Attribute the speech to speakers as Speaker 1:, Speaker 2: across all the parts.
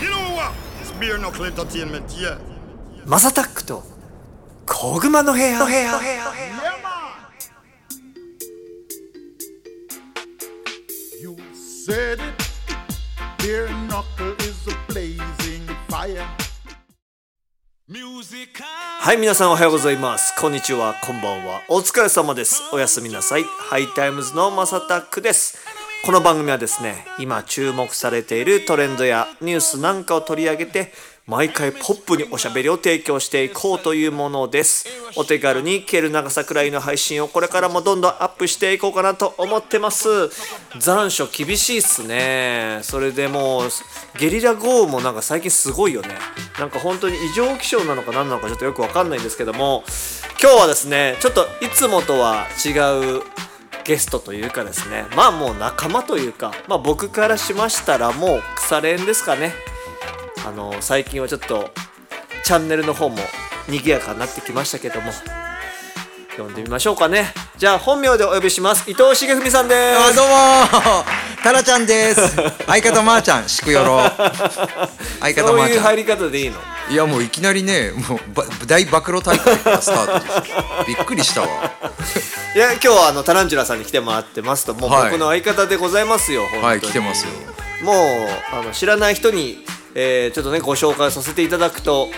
Speaker 1: You know what? It's beer knuckle entertainment, yeah.
Speaker 2: マサタックと小熊の部屋の部屋
Speaker 1: Yeah, man.
Speaker 3: You said it. Beer knuckle is a blazing fire.
Speaker 2: はい皆さんおはようございますこんにちはこんばんはお疲れ様ですおやすみなさいハイタイムズのマサタックですこの番組はですね今注目されているトレンドやニュースなんかを取り上げて毎回ポップにおしゃべりを提供していこうというものですお手軽に聞ける長さくらいの配信をこれからもどんどんアップしていこうかなと思ってます残暑厳しいっすねそれでもうゲリラ豪雨もなんか最近すごいよねなんか本当に異常気象なのか何なのかちょっとよくわかんないんですけども今日はですねちょっといつもとは違うゲストというかですねまあもう仲間というかまあ僕からしましたらもう腐れ縁ですかねあの最近はちょっとチャンネルの方も賑やかになってきましたけども呼んでみましょうかねじゃあ本名でお呼びします伊藤重文さんで
Speaker 4: あ
Speaker 2: す
Speaker 4: どうもータラちゃんです相方まーちゃんしくよろ相方
Speaker 2: そう
Speaker 4: まー
Speaker 2: い
Speaker 4: ち
Speaker 2: う
Speaker 4: ゃ
Speaker 2: 入
Speaker 4: ん
Speaker 2: り方でいいの
Speaker 4: いやもういきなりねもうば大暴露大会からスタートですびっくりしたわ
Speaker 2: いや今日はあのタランチュラさんに来てもらってますともう
Speaker 4: はい
Speaker 2: 僕の相方でございますよ、本当に
Speaker 4: はい来てますよ
Speaker 2: もうあの知らない人に、えーちょっとねご紹介させていただくと、
Speaker 4: はい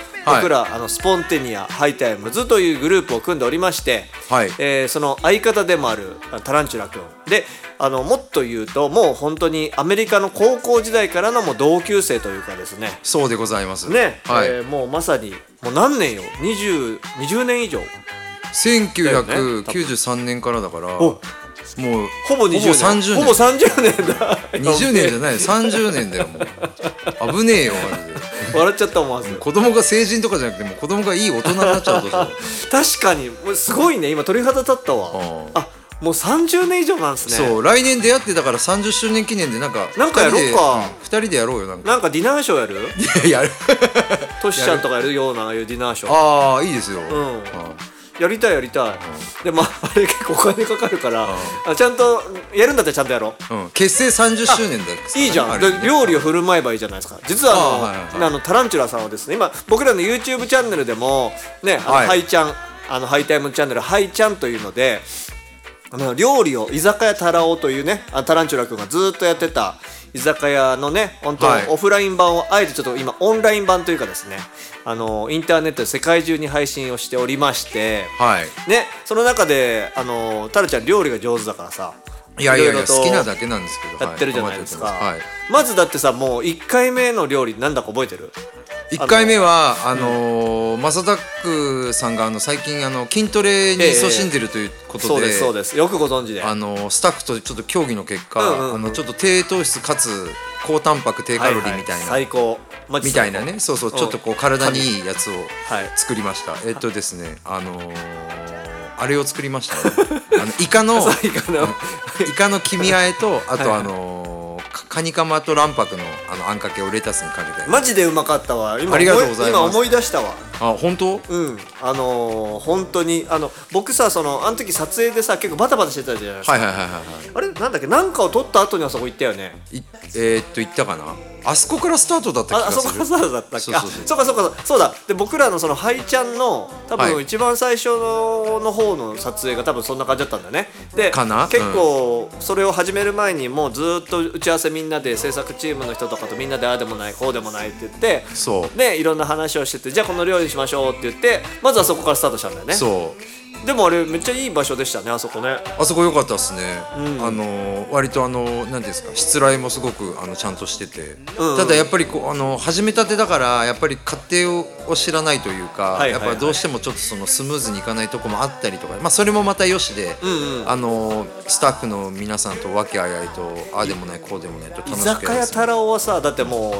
Speaker 2: 僕らあのスポンテニアハイタイムズというグループを組んでおりまして、
Speaker 4: はい
Speaker 2: えーその相方でもあるあタランチュラ君であのもっと言うともう本当にアメリカの高校時代からのもう同級生というかですね
Speaker 4: そうでございます
Speaker 2: ね、
Speaker 4: はい、
Speaker 2: えーもうまさにもう何年よ 20, 20年以上
Speaker 4: 1993年からだからも
Speaker 2: お
Speaker 4: う
Speaker 2: ほぼ20年
Speaker 4: 30
Speaker 2: ほぼ
Speaker 4: 年
Speaker 2: 30年だ
Speaker 4: 20年じゃない30年だよもう危ねえよマジで
Speaker 2: 笑っちゃった思わず
Speaker 4: 子供が成人とかじゃなくてもう子供がいい大人になっちゃう とさ
Speaker 2: 確かにもうすごいね今鳥肌立ったわ、
Speaker 4: うん
Speaker 2: あもう30年以上なんですね
Speaker 4: そう来年出会ってだから30周年記念でなんか
Speaker 2: なんかやろうか
Speaker 4: 2人で,、うん、二人でやろうよなんか
Speaker 2: なんかディナーショーやる
Speaker 4: い ややる
Speaker 2: トシちゃんとかやるようなああいうディナーショー
Speaker 4: ああいいですよ、
Speaker 2: うん
Speaker 4: あ
Speaker 2: やりたいやりたい、でもああれ結構お金かかるから、あちゃんとやるんだったらちゃんとやろう
Speaker 4: うん、結成30周年だ
Speaker 2: いいじゃ
Speaker 4: あ
Speaker 2: ん、
Speaker 4: れ
Speaker 2: で料理を振る舞えばいいじゃないですか実はあの
Speaker 4: あはいはいはい
Speaker 2: あのタランチュラさんはですね今僕らの YouTube チャンネルでもねあの、
Speaker 4: はい
Speaker 2: ハイちゃんあのハイタイムチャンネルハイちゃんというのであの料理を居酒屋タラオというねあタランチュラ君がずっとやってた居酒屋のね本当、
Speaker 4: はい
Speaker 2: オフライン版をあえてちょっと今オンライン版というかですねあのインターネットで世界中に配信をしておりまして、
Speaker 4: はい
Speaker 2: ねその中であのタラちゃん料理が上手だからさ
Speaker 4: いやいやい
Speaker 2: ろ
Speaker 4: や
Speaker 2: ろと
Speaker 4: 好きなだけなんですけど
Speaker 2: やってるじゃないですか、
Speaker 4: はい、
Speaker 2: まずだってさもう1回目の料理なんだか覚えてる
Speaker 4: 1回目はあのーマサダックさんがあの最近あの筋トレに勤しんでるということで、
Speaker 2: そうですそうですよくご存知で
Speaker 4: あのスタッフとちょっと協議の結果、
Speaker 2: うんうんうん
Speaker 4: あのちょっと低糖質かつ高タンパク低カロリーみたい
Speaker 2: は
Speaker 4: な、
Speaker 2: は最高マジ
Speaker 4: みたいなねそうそうちょっとこう体にいいやつを
Speaker 2: はい
Speaker 4: 作りました、えっとですねあのー、あれを作りました、ね、あのイカの
Speaker 2: 最高の
Speaker 4: イカの黄身あえとあと
Speaker 2: はい
Speaker 4: あのー、かカニカマと卵白のあのあんかけをレタスにかけて、
Speaker 2: マジでうまかったわ今
Speaker 4: ありがとうございます
Speaker 2: 思今思い出したわ
Speaker 4: あ本
Speaker 2: う
Speaker 4: 当
Speaker 2: んあのー、本当にあの僕さそのあの時撮影でさ結構バタバタしてたじゃないですか、
Speaker 4: はいはいはいはいはい
Speaker 2: あれなんだっけなんかを撮った後にあそこ行ったよね
Speaker 4: いえー、っと言ったかなあそこからスタートだった気
Speaker 2: あ
Speaker 4: が
Speaker 2: あそこ
Speaker 4: す
Speaker 2: から
Speaker 4: る
Speaker 2: そうだったっけ
Speaker 4: そう
Speaker 2: あ
Speaker 4: そうそう
Speaker 2: そうかそうかそうだで僕らのそのハイちゃんの多分
Speaker 4: はい
Speaker 2: 一番最初のの方の撮影が多分そんな感じだったんだよねで
Speaker 4: かな
Speaker 2: 結構それを始める前にもうずーっと打ち合わせみんなで制作チームの人とかとみんなでああでもないこうでもないって言って
Speaker 4: そう
Speaker 2: でいろんな話をしててじゃあこの料理しましょうって言ってまずはそこからスタートしたんだよね
Speaker 4: そう
Speaker 2: でもあれめっちゃいい場所でしたねあそこね
Speaker 4: あそこ良かったですね、あの割とあの何ですか失礼もすごくあのちゃんとしてて、
Speaker 2: うんうん
Speaker 4: ただやっぱりこうあの始めたてだからやっぱり家庭を知らないという
Speaker 2: はい
Speaker 4: か、
Speaker 2: はいはい
Speaker 4: やっぱどうしてもちょっとそのスムーズにいかないとこもあったりとか、まあ、それもまたよしで、
Speaker 2: ん
Speaker 4: あのスタッフの皆さんと和気あいあいとああでもないこうでもないと楽
Speaker 2: 居
Speaker 4: しくや
Speaker 2: 酒屋
Speaker 4: た
Speaker 2: 太郎はさだってもう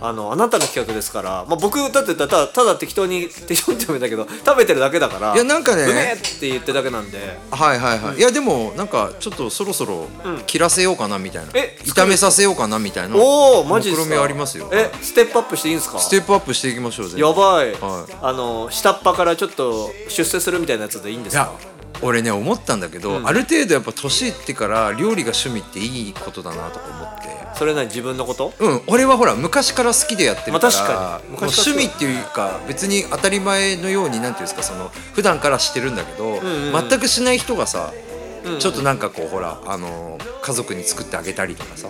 Speaker 2: あのあなたの企画ですから、まあ、僕だってただただ適当に 適当に食べたけど食べてるだけだから
Speaker 4: いやなんかね
Speaker 2: うめえって言ってるだけなんで
Speaker 4: はいはいはい、いやでもなんかちょっとそろそろ切らせようかなみたいな、
Speaker 2: え
Speaker 4: 炒めさせようかなみたいな
Speaker 2: おおマジです
Speaker 4: 目論
Speaker 2: か
Speaker 4: みありますよ
Speaker 2: えステップアップしていいんですか
Speaker 4: ステップアップしていきましょうぜ
Speaker 2: やばい、
Speaker 4: はい
Speaker 2: あの下っ端からちょっと出世するみたいなやつでいいんで
Speaker 4: い
Speaker 2: す
Speaker 4: や
Speaker 2: か
Speaker 4: 俺ね思ったんだけど、ある程度やっぱ年いってから料理が趣味っていいことだなとか思って
Speaker 2: それなり自分のこと
Speaker 4: うん俺はほら昔から好きでやってるから,、
Speaker 2: まあ確かに
Speaker 4: もう
Speaker 2: 昔からそう
Speaker 4: 趣味っていうか別に当たり前のようになんていうんですかその普段からしてるんだけど、
Speaker 2: んうん
Speaker 4: 全くしない人がさ、ちょっとなんかこうほらあの家族に作ってあげたりとかさ、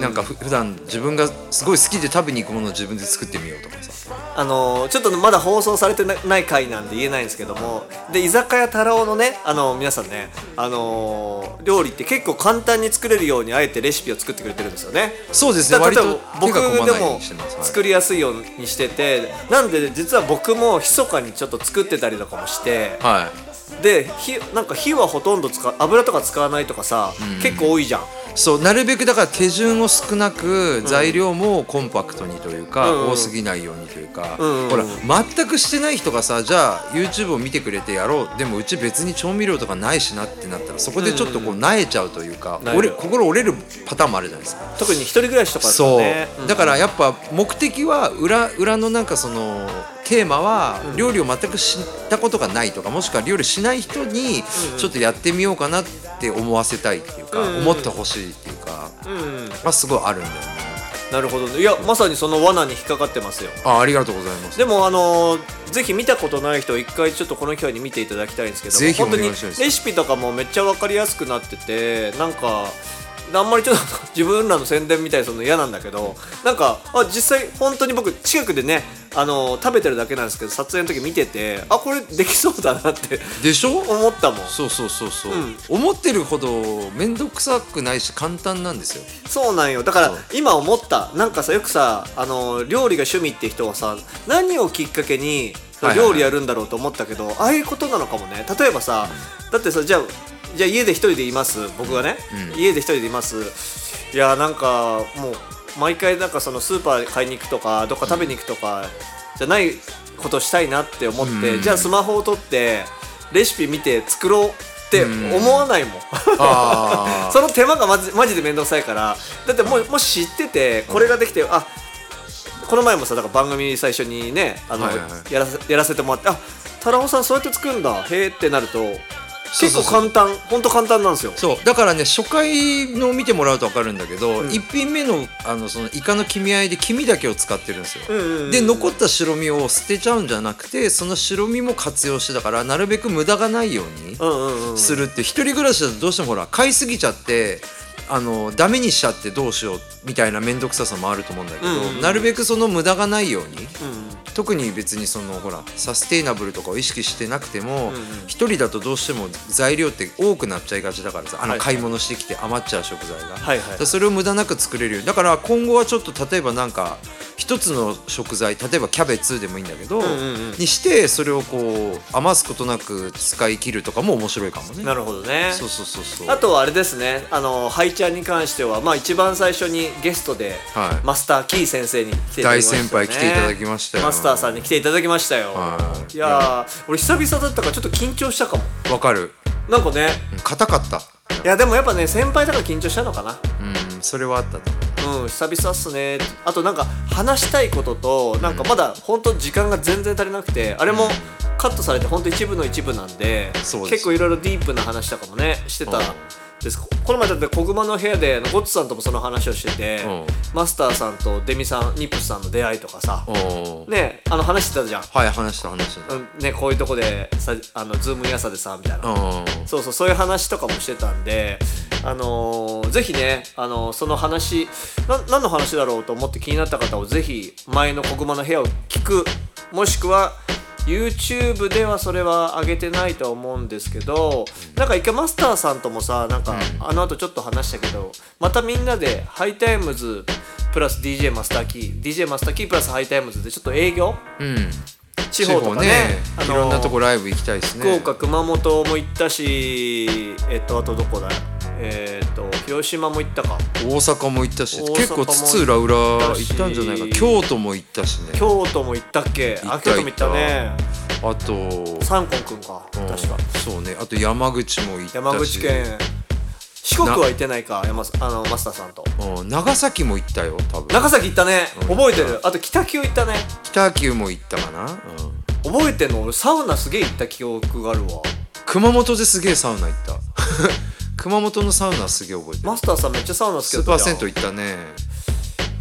Speaker 4: なんかふ普段自分がすごい好きで食べに行くものを自分で作ってみようとかさ
Speaker 2: あのーちょっとまだ放送されてなない回なんで言えないんですけどもで居酒屋太郎のね、あのー皆さんね、あのー料理って結構簡単に作れるようにあえてレシピを作ってくれてるんですよね
Speaker 4: そうです
Speaker 2: だ
Speaker 4: ね
Speaker 2: から
Speaker 4: 割
Speaker 2: 例え
Speaker 4: と
Speaker 2: ば
Speaker 4: 手
Speaker 2: 僕
Speaker 4: が込ま
Speaker 2: で
Speaker 4: ないよう
Speaker 2: も
Speaker 4: にしてます、はい
Speaker 2: 作りやすいようにしててなんで実は僕も密かにちょっと作ってたりとかもして
Speaker 4: はい
Speaker 2: で火なんか火はほとんど使う油とか使わないとかさ、結構多いじゃん
Speaker 4: そうなるべくだから手順を少なく材料もコンパクトにというか、
Speaker 2: うんうん
Speaker 4: 多すぎないようにというか、
Speaker 2: んうん
Speaker 4: ほら全くしてない人がさじゃあ YouTube を見てくれてやろうでもうち別に調味料とかないしなってなったらそこでちょっとこう萎えちゃうというか、
Speaker 2: 萎える
Speaker 4: 折れ心折れるパターンもあるじゃないですか。
Speaker 2: 特に一人暮らしとかだと
Speaker 4: そう
Speaker 2: ねん
Speaker 4: だからやっぱ目的は裏裏のなんかそのテーマは料理を全く知ったことがないとかもしくは料理しない人にちょっとやってみようかなって思わせたいっていうか思ってほしいっていうかまあすごいあるんだよね
Speaker 2: なるほどねいやまさにその罠に引っかかってますよ
Speaker 4: あありがとうございます
Speaker 2: でもあのーぜひ見たことない人は一回ちょっとこの機会に見ていただきたいんですけど
Speaker 4: ぜひお
Speaker 2: 本当
Speaker 4: 願
Speaker 2: に
Speaker 4: い
Speaker 2: レ
Speaker 4: します
Speaker 2: シピとかもめっちゃ分かりやすくなっててなんかあんまりちょっと自分らの宣伝みたいにするの嫌なんだけどなんかあ実際本当に僕近くでねあのー食べてるだけなんですけど撮影の時見ててあこれできそうだなって
Speaker 4: でしょ
Speaker 2: 思ったもん
Speaker 4: そうそうそうそう、
Speaker 2: ん
Speaker 4: 思ってるほど面倒くさくないし簡単なん ですよ
Speaker 2: そうなんよだから
Speaker 4: そう
Speaker 2: 今思ったなんかさよくさあの料理が趣味って人はさ何をきっかけに
Speaker 4: はいはいはい
Speaker 2: 料理やるんだろうと思ったけど、ああいうことなのかもね例えばさだってさじゃあじゃあ家で一人でいます僕がね、
Speaker 4: うん
Speaker 2: 家で一人でいますいやなんかもう毎回なんかそのスーパーで買いに行くとかどっか食べに行くとかじゃないことしたいなって思って、
Speaker 4: うん
Speaker 2: じゃあスマホを取ってレシピ見て作ろうって思わないもん
Speaker 4: あ
Speaker 2: その手間がまじマジで面倒くさいからだってもうもし知っててこれができてあこの前もさだから番組最初にねあの、
Speaker 4: はいはいはい
Speaker 2: やらせやらせてもらってあ太郎さんそうやって作るんだへえってなると
Speaker 4: そう
Speaker 2: 結
Speaker 4: そうそう
Speaker 2: 構簡単ほんと簡単なんですよ
Speaker 4: そうだからね初回の見てもらうと分かるんだけど、一1品目のあのそのイカの黄身合いで黄身だけを使ってるんですよ、
Speaker 2: んうんうん
Speaker 4: で残った白身を捨てちゃうんじゃなくてその白身も活用してだからなるべく無駄がないように
Speaker 2: うんうんうん
Speaker 4: するって、一人暮らしだとどうしてもほら買いすぎちゃってあのダメにしちゃってどうしようみたいな面倒くささもあると思うんだけど、
Speaker 2: うんうんうん
Speaker 4: なるべくその無駄がないように、
Speaker 2: うん
Speaker 4: 特に別にそのほらサステイナブルとかを意識してなくても一、人だとどうしても材料って多くなっちゃいがちだからさあ
Speaker 2: は
Speaker 4: の
Speaker 2: い
Speaker 4: 買い物してきて余っちゃう食材が、
Speaker 2: はいはい
Speaker 4: だからそれを無駄なく作れるようにだから今後はちょっと例えばなんか一つの食材例えばキャベツでもいいんだけど、にしてそれをこう余すことなく使い切るとかも面白いかもね。
Speaker 2: なるほどね
Speaker 4: そうそうそうそう
Speaker 2: あとはあれですねあのハイちゃんに関してはまあ一番最初にゲストで、
Speaker 4: はい
Speaker 2: マスターキー先生に来ていただきま
Speaker 4: 大
Speaker 2: したよね
Speaker 4: 先輩来ていただきましたよ
Speaker 2: マスターさんに来ていただきましたよ、
Speaker 4: はい
Speaker 2: いやー俺久々だったからちょっと緊張したかも
Speaker 4: わかる
Speaker 2: なんかね
Speaker 4: うん硬かった、
Speaker 2: いやでもやっぱね先輩だから緊張したのかな
Speaker 4: うん、それはあったと思う
Speaker 2: うん久々っすねあとなんか話したいこととなんかまだ本当時間が全然足りなくてあれもカットされて本当一部の一部なんで
Speaker 4: そうです
Speaker 2: 結構いろいろディープな話とかもねしてた
Speaker 4: うん
Speaker 2: ですこの前だって小熊の部屋であのゴッツさんともその話をしてて
Speaker 4: うん
Speaker 2: マスターさんとデミさんニップスさんの出会いとかさ
Speaker 4: おー
Speaker 2: ねあの話してたじゃん
Speaker 4: はい話した話した
Speaker 2: うんねこういうとこでさあのズームやさでさみたいな
Speaker 4: う
Speaker 2: そうそうそういう話とかもしてたんで、あのーぜひね、あのーその話な何の話だろうと思って気になった方をぜひ前の小熊の部屋を聞くもしくは YouTube ではそれは上げてないとは思うんですけどなんか一回マスターさんともさなんかあの後ちょっと話したけどまたみんなでハイタイムズプラス DJ マスターキー DJ マスターキープラスハイタイムズでちょっと営業
Speaker 4: ん、うん、
Speaker 2: 地方とかねあのー
Speaker 4: いろんなとこライブ行きたいですね
Speaker 2: 福岡熊本も行ったしえっとあとどこだえっと広島も行ったか
Speaker 4: 大阪も行ったし
Speaker 2: 大阪も
Speaker 4: 結構津々浦々
Speaker 2: 行ったし
Speaker 4: 行ったんじゃないか京都も行ったしね
Speaker 2: 京都も行ったっけ
Speaker 4: 行
Speaker 2: あ
Speaker 4: った
Speaker 2: 京都も行ったね
Speaker 4: あと
Speaker 2: 三根くんか
Speaker 4: うん
Speaker 2: 確か
Speaker 4: そうねあと山口も行ったし
Speaker 2: 山口県四国は行ってないか山すあのマスターさんと
Speaker 4: うん長崎も行ったよ多分
Speaker 2: 長崎行ったね
Speaker 4: うん
Speaker 2: 覚えてるあと北九行ったね
Speaker 4: 北九も行ったかな、うん
Speaker 2: 覚えてんの俺サウナすげえ行った記憶があるわ
Speaker 4: 熊本ですげえサウナ行った 熊本のサウナすげえ覚えてる
Speaker 2: マスターさんめっちゃサウナ好き
Speaker 4: ス
Speaker 2: だっ
Speaker 4: ー
Speaker 2: た
Speaker 4: パー
Speaker 2: じゃん
Speaker 4: 銭湯行ったね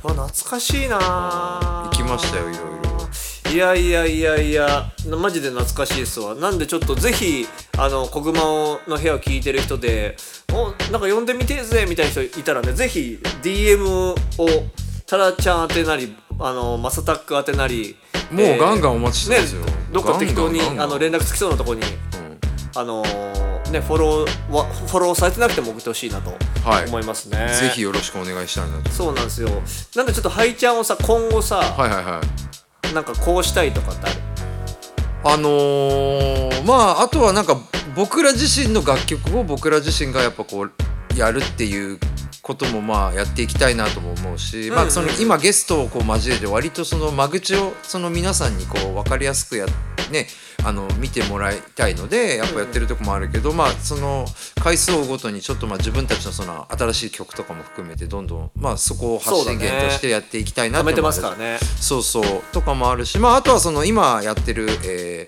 Speaker 2: うわ懐かしいな行
Speaker 4: 行きましたよいろい
Speaker 2: いやいやいやいやなマジで懐かしいですわなんでちょっとぜひあの小熊の部屋を聞いてる人でおなんか呼んでみてえぜみたいな人いたらねぜひ DM をタラちゃん宛てなりあのマサタック宛てなり
Speaker 4: もうガンガンお待ちしてますよ
Speaker 2: ね、どっか適当に
Speaker 4: ガンガンガンガン
Speaker 2: あの連絡つきそうなとこに、あのーねフォローはフォローされてなくても送ってほしいなと
Speaker 4: はい
Speaker 2: 思いますね、
Speaker 4: ぜひよろしくお願いしたいなと
Speaker 2: そうなんですよなんでちょっとハイちゃんをさ今後さ、
Speaker 4: はいはいはい
Speaker 2: なんかこうしたいとかってある
Speaker 4: あのーまああとはなんか僕ら自身の楽曲を僕ら自身がやっぱこうやるっていうこともまあやっていきたいなとも思うし、まあ、その今ゲストをこう交えて割とその間口をその皆さんにこう分かりやすくやねあの見てもらいたいのでやっぱやってるとこもあるけど、まあその回数を追うごとにちょっとまあ自分たちのその新しい曲とかも含めてどんどんまあそこを発信源としてやっていきたいな
Speaker 2: 貯
Speaker 4: と思
Speaker 2: め
Speaker 4: う
Speaker 2: てますからね
Speaker 4: そうそうとかもあるし、まあ、あとはその今やってる、えー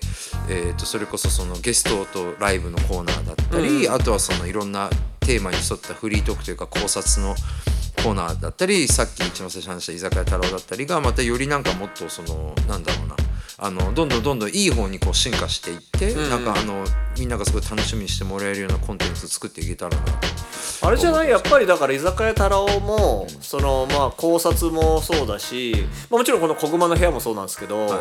Speaker 4: えーとそれこそそのゲストとライブのコーナーだったり、あとはそのいろんなテーマに沿ったフリートークというか考察のコーナーだったりさっき一番最初に話した居酒屋太郎だったりがまたよりなんかもっとそのなんだろうなあのどんどんどんどんいい方にこう進化していって、なんかあのみんながすごい楽しみにしてもらえるようなコンテンツを作っていけたらな
Speaker 2: あれじゃないやっぱりだから居酒屋太郎もそのまあ考察もそうだし、まあ、もちろんこの小熊の部屋もそうなんですけど、
Speaker 4: はいはい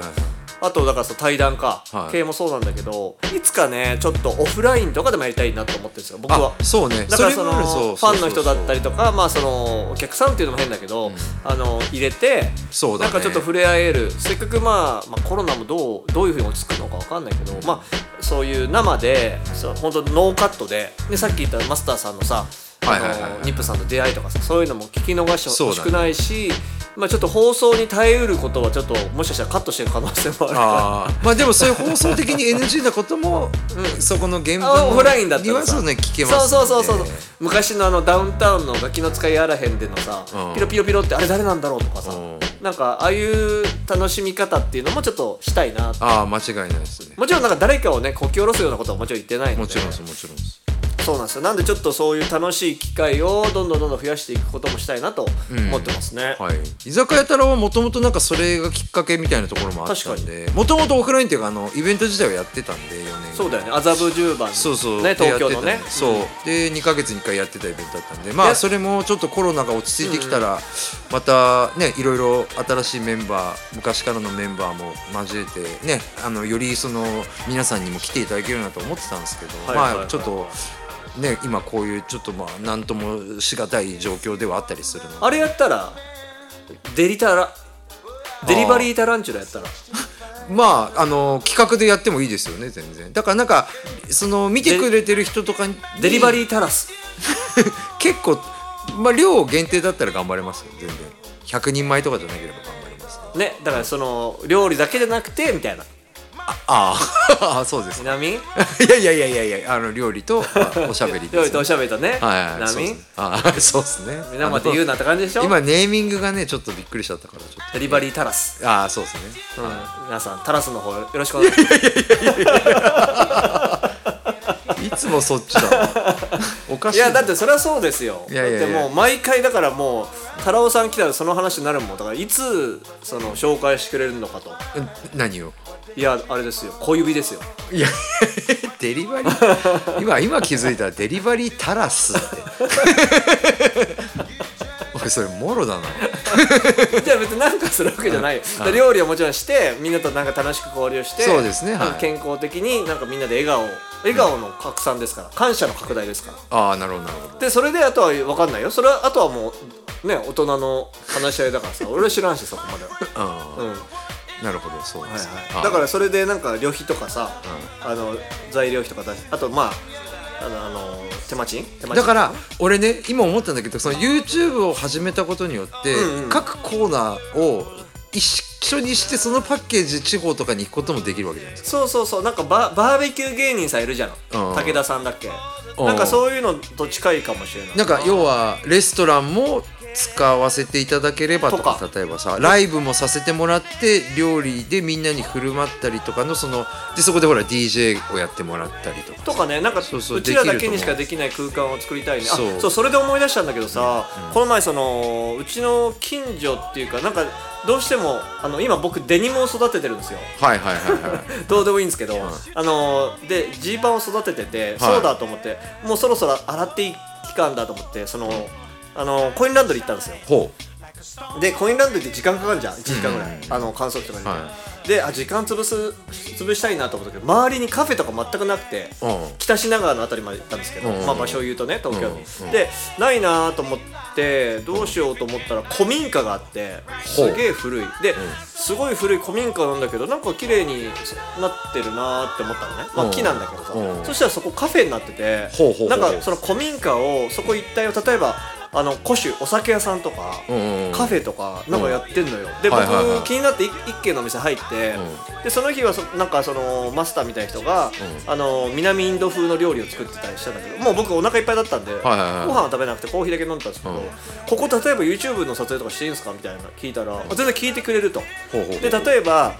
Speaker 2: あとだからその対談か、
Speaker 4: はい
Speaker 2: 系もそうなんだけどいつかねちょっとオフラインとかでもやりたいなと思ってるんですよ僕は
Speaker 4: あ。そうね
Speaker 2: だからそ
Speaker 4: れ
Speaker 2: の
Speaker 4: もある
Speaker 2: フ
Speaker 4: そうそう
Speaker 2: ァンの人だったりとかまあそのお客さんっていうのも変だけど、あの入れて
Speaker 4: そうだ
Speaker 2: なん
Speaker 4: ね
Speaker 2: かちょっと触れ合えるせっかく、まあ、まあコロナもどうどういうふうに落ち着くのかわかんないけど、まあ、そういう生でそう本当ノーカットででさっき言ったマスターさんのさ
Speaker 4: はいはいはいはい
Speaker 2: あのニップさんと出会いとかさそういうのも聞き逃して
Speaker 4: そう
Speaker 2: ほ
Speaker 4: だね
Speaker 2: しくないし、まあ、ちょっと放送に耐えうることはちょっともしかしたらカットしてる可能性もあるから。
Speaker 4: あーまあでもそういう放送的に NG なことも、そこの現場
Speaker 2: あ
Speaker 4: の
Speaker 2: オフラインだったら
Speaker 4: そ
Speaker 2: さ
Speaker 4: うね聞けますん
Speaker 2: そう
Speaker 4: で
Speaker 2: そうそうそう昔のあのダウンタウンの「ガキの使いあらへん」でのさ、
Speaker 4: うん
Speaker 2: ピロピロピロってあれ誰なんだろうとかさ、
Speaker 4: うん
Speaker 2: なんかああいう楽しみ方っていうのもちょっとしたいな
Speaker 4: ああ間違いないですね
Speaker 2: もちろんなんか誰かをねこき下ろすようなことはもちろん言ってないので
Speaker 4: もちろんですもちろんです
Speaker 2: そうなんですよなんでちょっとそういう楽しい機会をどんどんどんどん増やしていくこともしたいなと思ってますね、
Speaker 4: はい居酒屋太郎はもともとなんかそれがきっかけみたいなところもあったんでもともとオフラインっていうかあのイベント自体をやってたんで4年
Speaker 2: そうだよね麻布十番
Speaker 4: そうそう
Speaker 2: ね
Speaker 4: で
Speaker 2: 東京の
Speaker 4: や
Speaker 2: ね
Speaker 4: ってたそうで2ヶ月に1回やってたイベントだったんでま
Speaker 2: で
Speaker 4: あそれもちょっとコロナが落ち着いてきたらまたねいろいろ新しいメンバー昔からのメンバーも交えてねあのよりその皆さんにも来ていただけるなと思ってたんですけど
Speaker 2: はいはいはい
Speaker 4: まあちょっとね今こういうちょっとまあ何ともしがたい状況ではあったりするので
Speaker 2: あれやったらデリタラデリバリータランチュラやったら
Speaker 4: まああの企画でやってもいいですよね全然だからなんかその見てくれてる人とかに
Speaker 2: デリバリータラス
Speaker 4: 結構、まあ、量限定だったら頑張れますよ全然100人前とかじゃなければ頑張れます
Speaker 2: ねだからその料理だけじゃなくてみたいな
Speaker 4: ああ そうです
Speaker 2: ちなみに
Speaker 4: いやいやいやいやいやあの料理と あおしゃべりです、
Speaker 2: 料理とおし
Speaker 4: ゃ
Speaker 2: ゃべりとね
Speaker 4: はいはい、
Speaker 2: な
Speaker 4: そう
Speaker 2: み
Speaker 4: で
Speaker 2: に
Speaker 4: すねああそうですね
Speaker 2: 皆まで言うなって感じでし
Speaker 4: あ
Speaker 2: ょ
Speaker 4: の今ネーミングがねちょっとびっくりしちゃったからちょっと
Speaker 2: デリバリータラス
Speaker 4: ああそうですね
Speaker 2: うん皆さんタラスの方よろしくお願いします
Speaker 4: いつもそっちだ おかし
Speaker 2: い
Speaker 4: い
Speaker 2: やだってそれはそうですよ
Speaker 4: いやいやい
Speaker 2: だっ
Speaker 4: や
Speaker 2: てもう毎回だからもうタラオさん来たらその話になるもんだからいつその紹介してくれるのかと
Speaker 4: うん何を
Speaker 2: いやあれですよ小指ですよ
Speaker 4: いや デリバリー今今気づいたらデリバリータラスって おいそれもろだな
Speaker 2: じゃあ別になんかするわけじゃないよ、だから料理はもちろんしてみんなとなんか楽しく交流して
Speaker 4: そうですねはい
Speaker 2: なんか健康的になんかみんなで笑顔笑顔の拡散ですから感謝の拡大ですから
Speaker 4: ああなるほどなるほど
Speaker 2: でそれであとは分かんないよそれはあとはもうね大人の話し合いだから さ俺は知らんしそこまでは、
Speaker 4: あ
Speaker 2: うんはい
Speaker 4: あなるほどそうなんですね
Speaker 2: はい、だからそれでなんか旅費とかさ、あの材料費とか出しあとまああのあの手間賃手間賃
Speaker 4: だから俺ね今思ったんだけどその YouTube を始めたことによって、各コーナーを一緒にしてそのパッケージ地方とかに行くこともできるわけじゃないです
Speaker 2: そうそうそうなんかババーベキュー芸人さんいるじゃん武田さんだっけ
Speaker 4: うん
Speaker 2: なんかそういうのと近いかもしれない
Speaker 4: かなんか要はレストランも使わせていただければとか
Speaker 2: と
Speaker 4: 例えばさライブもさせてもらって料理でみんなに振る舞ったりとかのそのでそこでほら DJ をやってもらったりとか
Speaker 2: とかねなんか
Speaker 4: そう
Speaker 2: う
Speaker 4: そう
Speaker 2: ちら
Speaker 4: できると思
Speaker 2: だけに
Speaker 4: う
Speaker 2: しかできない空間を作りたいねあ
Speaker 4: そう
Speaker 2: そうそれで思い出したんだけどさ、この前そのうちの近所っていうかなんかどうしてもあの今僕デニムを育ててるんですよ
Speaker 4: はいはいはいはい
Speaker 2: どうでもいいんですけど、あのでジーパンを育ててて、そうだと思ってもうそろそろ洗っていい期間だと思ってその、あのコインランドリー行ったんですよ
Speaker 4: ほう
Speaker 2: でコインランドリーって時間かかるじゃん1時間ぐらい、あの乾燥機とかに、
Speaker 4: は
Speaker 2: であ時間潰す潰したいなと思ったけど周りにカフェとか全くなくて、
Speaker 4: うん
Speaker 2: 北品川の辺りまで行ったんですけど、
Speaker 4: うんうんうん
Speaker 2: まあ、場所を言うとね東京に、
Speaker 4: うんうん
Speaker 2: でないなと思ってどうしようと思ったら古民家があってす
Speaker 4: ほう
Speaker 2: げえ古いで、すごい古い古民家なんだけどなんか綺麗になってるなって思ったのね、ま
Speaker 4: う
Speaker 2: あ、
Speaker 4: ん
Speaker 2: 木なんだけどさ、
Speaker 4: うん
Speaker 2: そしたらそこカフェになってて
Speaker 4: ほうほうほうほ
Speaker 2: なん
Speaker 4: う
Speaker 2: かその古民家をそこ一帯を例えばあの古酒お酒屋さんとか、
Speaker 4: うんうんうん
Speaker 2: カフェとかなんかやってんのよ、で僕、
Speaker 4: はいはいはい
Speaker 2: 気になってい一軒のお店入って、でその日はそなんかそのマスターみたいな人が、あの南インド風の料理を作ってたりしたんだけどもう僕お腹いっぱいだったんで、
Speaker 4: はいはいはい
Speaker 2: ご飯は食べなくてコーヒーだけ飲んでたんですけど、
Speaker 4: うん
Speaker 2: ここ例えば YouTube の撮影とかしていいんですかみたいなの聞いたら、全然聞いてくれると。
Speaker 4: ほうほうほう
Speaker 2: で例えば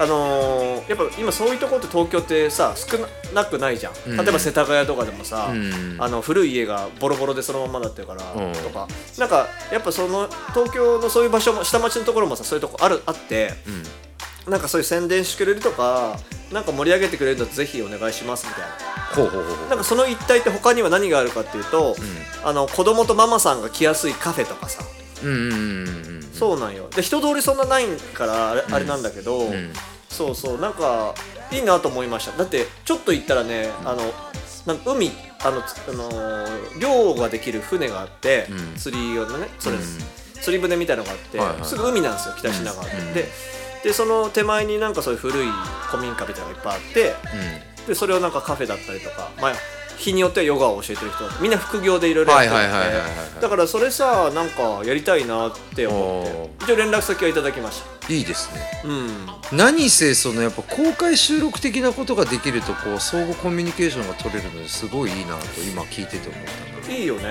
Speaker 2: あのーやっぱ今そういうところって東京ってさ少なくないじゃん、
Speaker 4: ん
Speaker 2: 例えば世田谷とかでもさ、
Speaker 4: うん
Speaker 2: あの古い家がボロボロでそのままだってるから、
Speaker 4: うん
Speaker 2: とかなんかやっぱその東京のそういう場所も下町のところもさそういうとこあるあって、なんかそういう宣伝してくれるとかなんか盛り上げてくれるとぜひお願いしますみたいな
Speaker 4: ほうほうほうほう
Speaker 2: なんかその一帯って他には何があるかっていうと、あの子供とママさんが来やすいカフェとかさ、
Speaker 4: うんうんうんうん
Speaker 2: そうなんよで人通りそんなないからあれ,、あれなんだけど、
Speaker 4: ん
Speaker 2: そうそうなんかいいなと思いましただってちょっと行ったらねあのなんか海あの、つあのー漁ができる船があって、
Speaker 4: うん
Speaker 2: 釣り用のねそれです、釣り船みたいなのがあって、
Speaker 4: はいはい
Speaker 2: すぐ海なんですよ北品川って、
Speaker 4: うん
Speaker 2: ででその手前になんかそういう古い古民家みたいなのがいっぱいあってでそれをなんかカフェだったりとか、まあ、日によってはヨガを教えてる人だってみんな副業でいろいろやってる
Speaker 4: はいはいはいはいはい
Speaker 2: んでだからそれさなんかやりたいなって思って一応連絡先はいただきまし
Speaker 4: うんいいですね
Speaker 2: たうん
Speaker 4: 何せそのやっぱ公開収録的なことができるとこう相互コミュニケーションが取れるのですごいいいなと今聞いてて思ったない
Speaker 2: いよね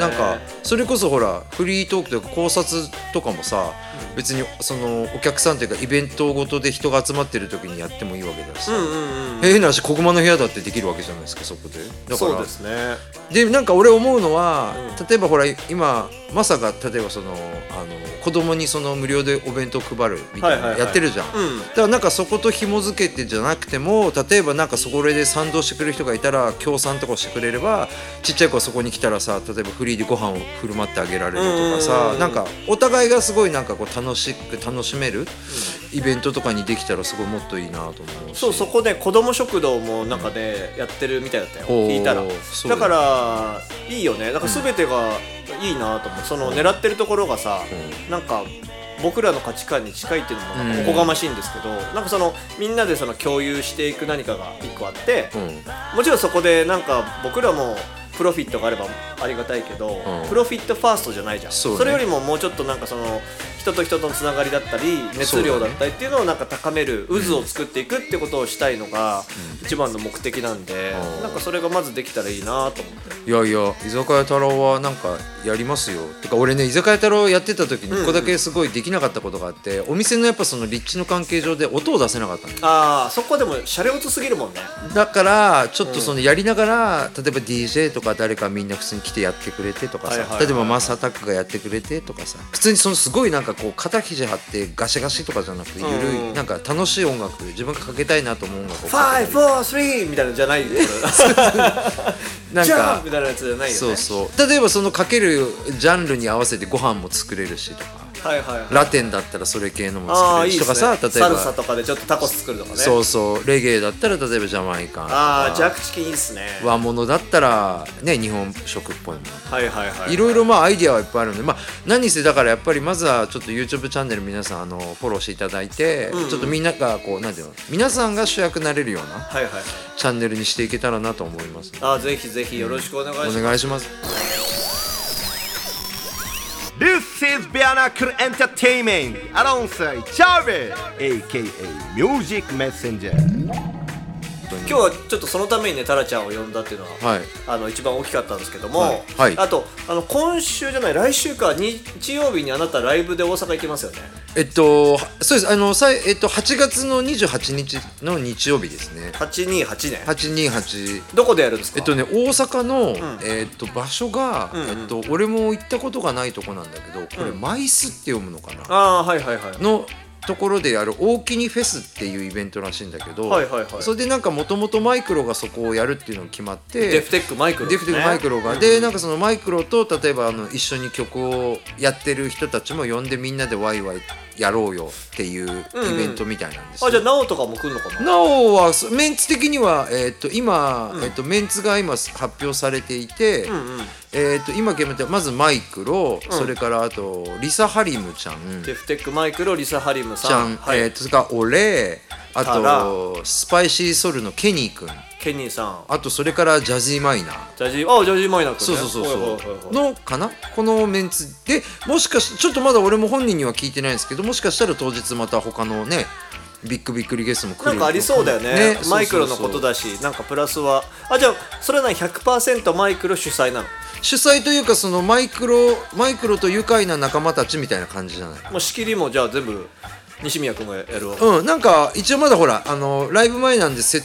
Speaker 4: なんかそれこそほらフリートークというか考察とかもさ別にそのお客さんというかイベントごとで人が集まってる時にやってもいいわけだしさ
Speaker 2: うんうんうん
Speaker 4: 変な話黒板の部屋だってできるわけじゃないですかそこでだか
Speaker 2: そう
Speaker 4: ら
Speaker 2: ですね
Speaker 4: でなんか俺思うのは、例えばほら今マサが例えばそのあの子供にその無料でお弁当配るみたい
Speaker 2: はいはい
Speaker 4: な
Speaker 2: はい
Speaker 4: やってるじゃん、
Speaker 2: うん
Speaker 4: だからなんかそこと紐付けてじゃなくても例えばなんかそこで賛同してくれる人がいたら協賛とかをしてくれればちっちゃい子はそこに来たらさ例えばフリーでご飯を振る舞ってあげられるとか
Speaker 2: う
Speaker 4: さ
Speaker 2: ん
Speaker 4: なんかお互いがすごいなんかこう楽しく楽しめるイベントとかにできたらすごいもっといいなと思うし
Speaker 2: そうそこで子供食堂もなんかね、やってるみたいだったよ
Speaker 4: おー
Speaker 2: 聞いたら
Speaker 4: そう
Speaker 2: だからいいよねだから全てがいいなと思う、その狙ってるところがさ、なんか僕らの価値観に近いっていうのもなんかおこがましいんですけど、なんかそのみんなでその共有していく何かが一個あって、
Speaker 4: うん
Speaker 2: もちろんそこでなんか僕らもプロフィットがあればありがたいけど、
Speaker 4: うん
Speaker 2: プロフィットファーストじゃないじゃん
Speaker 4: そうね
Speaker 2: れよりももうちょっとなんかその人と人とのつながりだったり熱量だったりっていうのをなんか高める渦を作っていくってことをしたいのが一番の目的なんで、
Speaker 4: うん
Speaker 2: なんかそれがまずできたらいいなと思って。
Speaker 4: いやいや居酒屋太郎はなんかやりますよてか俺ね居酒屋太郎やってた時に1個だけすごいできなかったことがあって、お店のやっぱその立地の関係上で音を出せなかったの
Speaker 2: ああそこでもシャレオツすぎるもんね
Speaker 4: だからちょっとそのやりながら、例えば DJ とか誰かみんな普通に来てやってくれてとかさ、
Speaker 2: はいはいはい
Speaker 4: 例えばマスアタックがやってくれてとかさ普通にそのすごいなんかこう肩肘張ってガシガシとかじゃなくてゆるい、
Speaker 2: うん
Speaker 4: なんか楽しい音楽自分がかけたいなと思う音楽を
Speaker 2: 「
Speaker 4: かけたり
Speaker 2: 543」みたいなのじゃない です
Speaker 4: なん
Speaker 2: じゃあ
Speaker 4: か
Speaker 2: みたいなやつじゃないよね
Speaker 4: そうそう例えばそのかけるジャンルに合わせてご飯も作れるしとか。
Speaker 2: はいはいはい
Speaker 4: ラテンだったらそれ系のも
Speaker 2: あ
Speaker 4: 作
Speaker 2: あ
Speaker 4: れ
Speaker 2: い
Speaker 4: る
Speaker 2: いで
Speaker 4: しと
Speaker 2: すね
Speaker 4: かさ例え
Speaker 2: サルサ
Speaker 4: ば
Speaker 2: とかでちょっとタコス作るとかね
Speaker 4: そうそうレゲエだったら例えばジャマイカンと
Speaker 2: ああジャ
Speaker 4: か
Speaker 2: ックチキンいいっすね
Speaker 4: 和物だったらね日本食っぽいもの
Speaker 2: はいはいはい
Speaker 4: いろいろまあアイディアはいっぱいあるので、まあ、何せだからやっぱりまずはちょっと YouTube チャンネル皆さんあのフォローしていただいて、ちょっとみんながこうなんていうの皆さんが主役になれるような
Speaker 2: はいはいはい
Speaker 4: チャンネルにしていけたらなと思います、
Speaker 2: あぜひぜひよろしくお願いします、
Speaker 4: お願いします。
Speaker 5: This is Bianacle Entertainment alongside Charlie, aka Music Messenger.
Speaker 4: 当に
Speaker 2: 今日はちょっとそのためにねタラちゃんを呼んだっていうのは、
Speaker 4: はい
Speaker 2: あの一番大きかったんですけども、
Speaker 4: はいはい
Speaker 2: あとあの今週じゃない来週か日曜日にあなたライブで大阪行きますよね
Speaker 4: えっとそうですあのさいえっと8月の28日の日曜日ですね
Speaker 2: 828ね、
Speaker 4: 828
Speaker 2: どこでやるんですか
Speaker 4: えっとね大阪の、えっと場所が、えっと俺も行ったことがないとこなんだけどこれ、マイスって読むのかな
Speaker 2: ああはいはいはい
Speaker 4: のところでやる大きにフェスっていうイベントらしいんだけど、
Speaker 2: はいはいはい
Speaker 4: それでなんかもともとマイクロがそこをやるっていうのが決まって
Speaker 2: デフテックマイクロ
Speaker 4: デ
Speaker 2: で
Speaker 4: フ
Speaker 2: す
Speaker 4: テ
Speaker 2: ね
Speaker 4: ックマイクロが、でなんかそのマイクロと例えばあの一緒に曲をやってる人たちも呼んでみんなでワイワイやろうよっていうイベントみたいなんですよ、
Speaker 2: あじゃあなおとかも来るのかな
Speaker 4: なおはそメンツ的には、えーっと今、えーっとメンツが今発表されていて、えーっと今決めてまずマイクロ、それからあとリサ・ハリムちゃん、
Speaker 2: デフテックマイクロリサ・ハリム
Speaker 4: ちゃ
Speaker 2: さん
Speaker 4: ん、
Speaker 2: はい
Speaker 4: えー、とそれから俺あ
Speaker 2: タ
Speaker 4: とスパイシーソルのケニー君
Speaker 2: ケニーさん
Speaker 4: あとそれからジャズィマイナー
Speaker 2: ジャジーあジャジーマイナー君、ね、
Speaker 4: そうそうそう
Speaker 2: はいはい
Speaker 4: そ
Speaker 2: はいはいう
Speaker 4: のかなこのメンツでもしかしちょっとまだ俺も本人には聞いてないんですけどもしかしたら当日また他のねビッグビッグリゲストも来る
Speaker 2: なんかありそうだよねマイクロのこと
Speaker 4: そうそう
Speaker 2: だしなんかプラスはあじゃあそれは何100%マイクロ主催なの
Speaker 4: そう主催というかそのマイクロマイクロと愉快な仲間たちみたいな感じじゃない
Speaker 2: もう仕切りもじゃあ全部西宮君がやるわけ、
Speaker 4: うん、なんか一応まだほらあのライブ前なんでセッ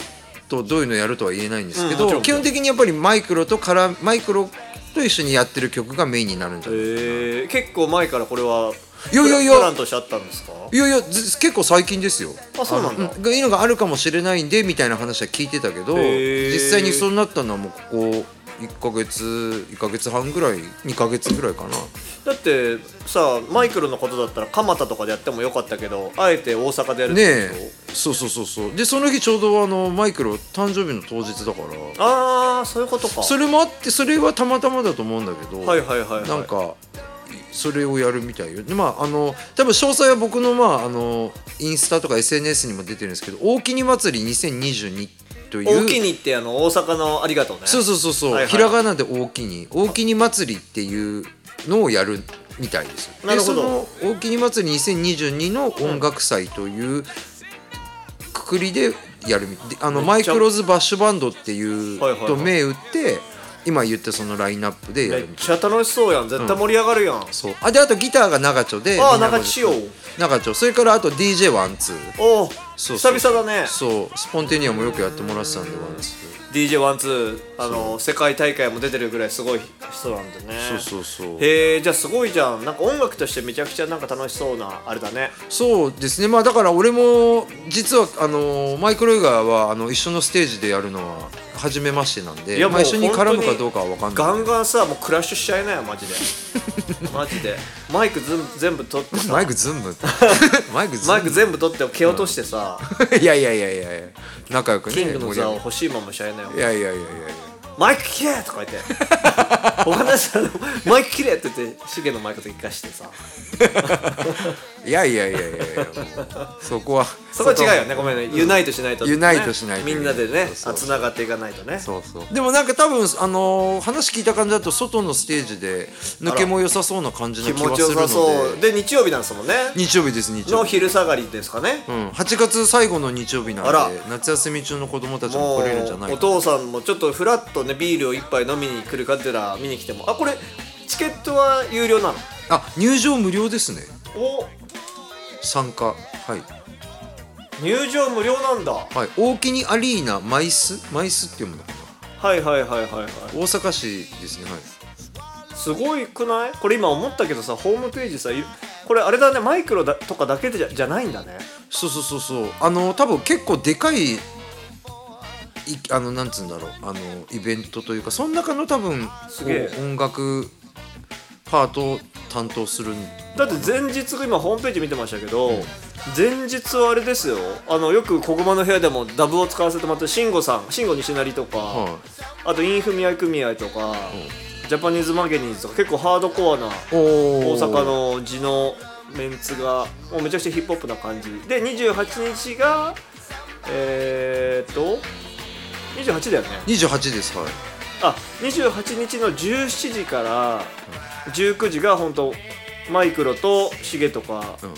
Speaker 4: トどういうのやるとは言えないんですけど、
Speaker 2: うんもちろん
Speaker 4: 基本的にやっぱりマイクロとからマイクロと一緒にやってる曲がメインになるんじゃない
Speaker 2: えー、結構前からこれはい
Speaker 4: やいやいや
Speaker 2: プランとしてあったんですか
Speaker 4: いやいやず結構最近ですよ。
Speaker 2: あそうなんだ
Speaker 4: あのがいいのがあるかもしれないんでみたいな話は聞いてたけど
Speaker 2: へー
Speaker 4: 実際にそうなったのはもうここ1ヶ月1ヶ月半ぐらい2ヶ月ぐらいかな。
Speaker 2: だってさマイクロのことだったら蒲田とかでやってもよかったけどあえて大阪でやるっ
Speaker 4: ね
Speaker 2: てこと
Speaker 4: えそうそうそうそうでその日ちょうどあのマイクロ誕生日の当日だから。
Speaker 2: ああそういうことか
Speaker 4: それもあってそれはたまたまだと思うんだけど、
Speaker 2: はいはいはいはい
Speaker 4: なんかそれをやるみたいよでまああの多分詳細は僕のまああのインスタとか SNS にも出てるんですけど大きに祭り2022という
Speaker 2: 大きにってあの大阪のありがとうね
Speaker 4: そうそうそうそう、
Speaker 2: はいはい
Speaker 4: ひらがなで大きに大きに祭りっていうのをやるみたいです
Speaker 2: なるほど
Speaker 4: でその大きに祭り2022の音楽祭というくくりでやるみであのマ
Speaker 2: めっ
Speaker 4: イ
Speaker 2: ちゃ
Speaker 4: クロズバッシュバンドっていう
Speaker 2: はいはいはい
Speaker 4: と銘打って今言ったそのラインナップでや
Speaker 2: め
Speaker 4: る
Speaker 2: っ
Speaker 4: みたい
Speaker 2: ちゃ楽しそうやん絶対盛り上がるやん、
Speaker 4: そうあであとギターが長丁で
Speaker 2: ああ
Speaker 4: みんな
Speaker 2: 中地よ
Speaker 4: 長丁それからあと DJ ワンツー
Speaker 2: おお
Speaker 4: そう
Speaker 2: 久
Speaker 4: そう
Speaker 2: 々だね
Speaker 4: そうスポンテニアもよくやってもらってたんでワンツー
Speaker 2: DJ12 あの世界大会も出てるぐらいすごい人なんでね
Speaker 4: そうそうそう
Speaker 2: へえじゃあすごいじゃんなんか音楽としてめちゃくちゃなんか楽しそうなあれだね
Speaker 4: そうですねまあだから俺も実はあのマイクロ以外はあの一緒のステージでやるのは初めましてなんでまあ、一緒に絡むかどうかは分かん
Speaker 2: ガ
Speaker 4: ない
Speaker 2: ンガンさもうクラッシュしちゃいなよマジ でマジでマイクずん全部取って さ
Speaker 4: マイクズンムマイクズンム
Speaker 2: マイク全部取って蹴落としてさ、
Speaker 4: いやいやいやいやいや仲良くね
Speaker 2: キングの座を
Speaker 4: 盛
Speaker 2: 欲しいまましちゃいなよ
Speaker 4: り上げいやいやいやいや
Speaker 2: マイク切れとか言って 他の人のマイク切れって言ってシゲのマイクと一回してさ
Speaker 4: いやいやいやいやいやいやもうそこは
Speaker 2: そこは違うよねごめんねユナイトしないと、ね、
Speaker 4: ユナイトしないと
Speaker 2: みんなでね
Speaker 4: そうそう
Speaker 2: つながっていかないとね
Speaker 4: そうそうでもなんか多分あのー話聞いた感じだと外のステージで抜けも良さそうな感じ
Speaker 2: 気
Speaker 4: の気
Speaker 2: 持
Speaker 4: は
Speaker 2: ち
Speaker 4: する
Speaker 2: よ
Speaker 4: ので
Speaker 2: さそうで日曜日なんですもんね
Speaker 4: 日曜日です日曜
Speaker 2: の
Speaker 4: 日
Speaker 2: 昼下がりですかね、
Speaker 4: うん、8月最後の日曜日な
Speaker 2: あら
Speaker 4: んで夏休み中の子供たち
Speaker 2: も
Speaker 4: も
Speaker 2: う
Speaker 4: 来れるんじゃない
Speaker 2: お
Speaker 4: かな
Speaker 2: 父さんもちょっとフラッとねビールを一杯飲みに来るかてら見に来てもあこれチケットは有料なの
Speaker 4: あ入場無料ですね
Speaker 2: お
Speaker 4: 参加はい、
Speaker 2: 入場無料なんだは
Speaker 4: はい、大きにアリーナマイスマイスって読むのかない
Speaker 2: はいはいはいはい
Speaker 4: 大阪市ですねはい
Speaker 2: すごいくないこれ今思ったけどさホームページさいこれあれだねマイクロだとかだけじゃじゃないんだね
Speaker 4: そうそうそうそうあの多分結構でかいいあのなんつうんだろうあのイベントというかその中の多分
Speaker 2: すげえ
Speaker 4: こう音楽パートを担当する
Speaker 2: だって前日今ホームページ見てましたけど、前日はあれですよあのよく「こぐまの部屋」でもダブを使わせてもらって慎吾さん慎吾西成とか、
Speaker 4: はい
Speaker 2: あとインフミア組合とか、ジャパニーズマゲニーズとか結構ハードコアな
Speaker 4: 大
Speaker 2: 大阪の地のメンツがもうめちゃくちゃヒップホップな感じで28日がえー、っと28だよね
Speaker 4: 28ですはい
Speaker 2: あ28日の17時から19時が本当マイクロとシゲとか、
Speaker 4: うん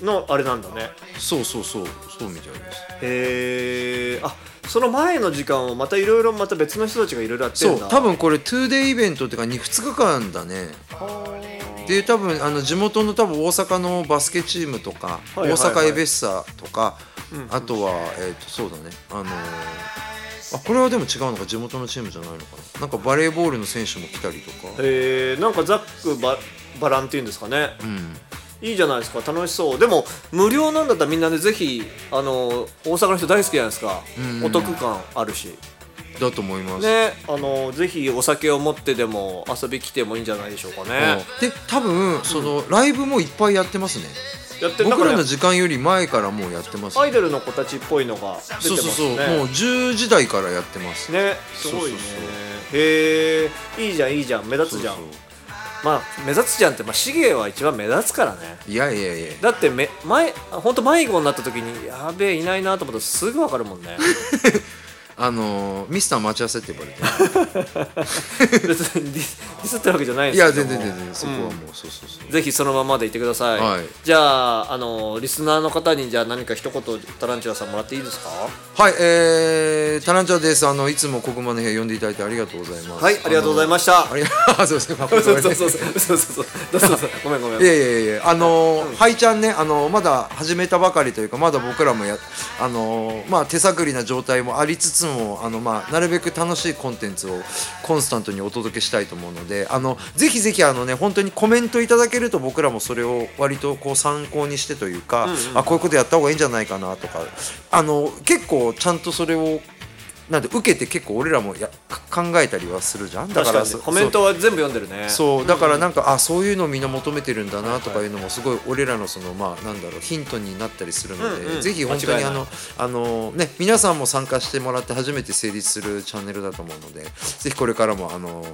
Speaker 2: のあれなんだね
Speaker 4: そうそうそうそうみたいです
Speaker 2: へえあその前の時間をまたいろいろまた別の人たちがいろいろやって
Speaker 4: そ
Speaker 2: ん
Speaker 4: う
Speaker 2: だ
Speaker 4: 多分これ 2day イベントっていうか 2, 日間だねで多分あの地元の多分大阪のバスケチームとか、
Speaker 2: はいはいはい
Speaker 4: 大阪エベッサとか、あとは、えー、とそうだねあのーあこれはでも違うのか地元のチームじゃないのかななんかバレーボールの選手も来たりとか
Speaker 2: へえなんかざっくばバランっていうんですかね、
Speaker 4: ん
Speaker 2: いいじゃないですか楽しそうでも無料なんだったらみんなでぜひあの大阪の人大好きじゃないですか、お得感あるし
Speaker 4: だと思います、
Speaker 2: ねあのぜひお酒を持ってでも遊び来てもいいんじゃないでしょうかね、
Speaker 4: うんで多分その、ライブもいっぱいやってますね
Speaker 2: やってる
Speaker 4: 僕
Speaker 2: 中
Speaker 4: ら
Speaker 2: で
Speaker 4: の時間より前からもうやってます、
Speaker 2: アイドルの子たちっぽいのが出て
Speaker 4: そう
Speaker 2: ま
Speaker 4: そう
Speaker 2: す
Speaker 4: そう、
Speaker 2: ね
Speaker 4: もう10時台からやってます
Speaker 2: ねすごいね
Speaker 4: そうそう
Speaker 2: へえいいじゃんいいじゃん目立つじゃん
Speaker 4: そう
Speaker 2: まあ目立つじゃんってまあシゲは一番目立つからね
Speaker 4: いやいやいや
Speaker 2: だってめ前本当迷子になった時にやべえいないなと思ったらすぐ分かるもん ね
Speaker 4: あのーミスター待ち合わせって呼ばれてる
Speaker 2: 別にディスディスってるわけじゃない
Speaker 4: い
Speaker 2: です
Speaker 4: や
Speaker 2: けど
Speaker 4: 全
Speaker 2: も
Speaker 4: 然全然そこはもう、そうそうそう
Speaker 2: ぜひそのままでいてください、
Speaker 4: はい
Speaker 2: じゃああのリスナーの方にじゃあ何か一言タランチュラさんもらっていいですか
Speaker 4: はいえー、タランチャですあのいつも国間の部屋呼んでいただいてありがとうございます
Speaker 2: はいありがとうございました
Speaker 4: ありがそうです
Speaker 2: そ
Speaker 4: ね
Speaker 2: う
Speaker 4: 誠
Speaker 2: そう
Speaker 4: に
Speaker 2: そうそうそうそうそうそうそうごめんごめん
Speaker 4: いやいやいやあのーハイちゃんねあのーまだ始めたばかりというかまだ僕らもやあのーまあ手探りな状態もありつつもあのまあなるべく楽しいコンテンツをコンスタントにお届けしたいと思うのであのぜひぜひあのね本当にコメントいただけると僕らもそれを割とこう参考にしてというか、あこういうことやった方がいいんじゃないかなとかあの結構ちゃんとそれをなんで受けて結構俺らもや考えたりはするじゃんだ
Speaker 2: 確
Speaker 4: から
Speaker 2: かに
Speaker 4: そ
Speaker 2: コメントは全部読んでるね
Speaker 4: そうだからなんか、あそういうのみんな求めてるんだなとかいうのもすごい俺らのそのまあなんだろうヒントになったりするので、
Speaker 2: うんうん
Speaker 4: ぜひ本当
Speaker 2: 間違い
Speaker 4: に
Speaker 2: な
Speaker 4: あ
Speaker 2: い
Speaker 4: のあのね皆さんも参加してもらって初めて成立するチャンネルだと思うのでぜひこれからもあの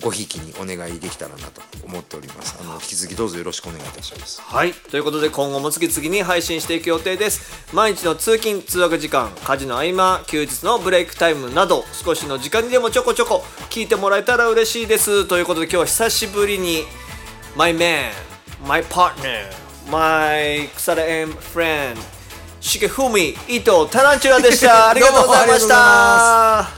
Speaker 4: ごひいきにお願いできたらなと思っておりますあの引き続きどうぞよろしくお願いいたします
Speaker 2: はいということで今後も次々に配信していく予定です毎日の通勤通学時間家事の合間休日のブレイクタイムなど少しの時間にでもちょこちょこ聞いてもらえたら嬉しいですということで今日は久しぶりに My man My partner My 腐れ and friend 重文伊藤タランチュラでしたありがとうございまし
Speaker 4: どうもありがとうござい
Speaker 2: た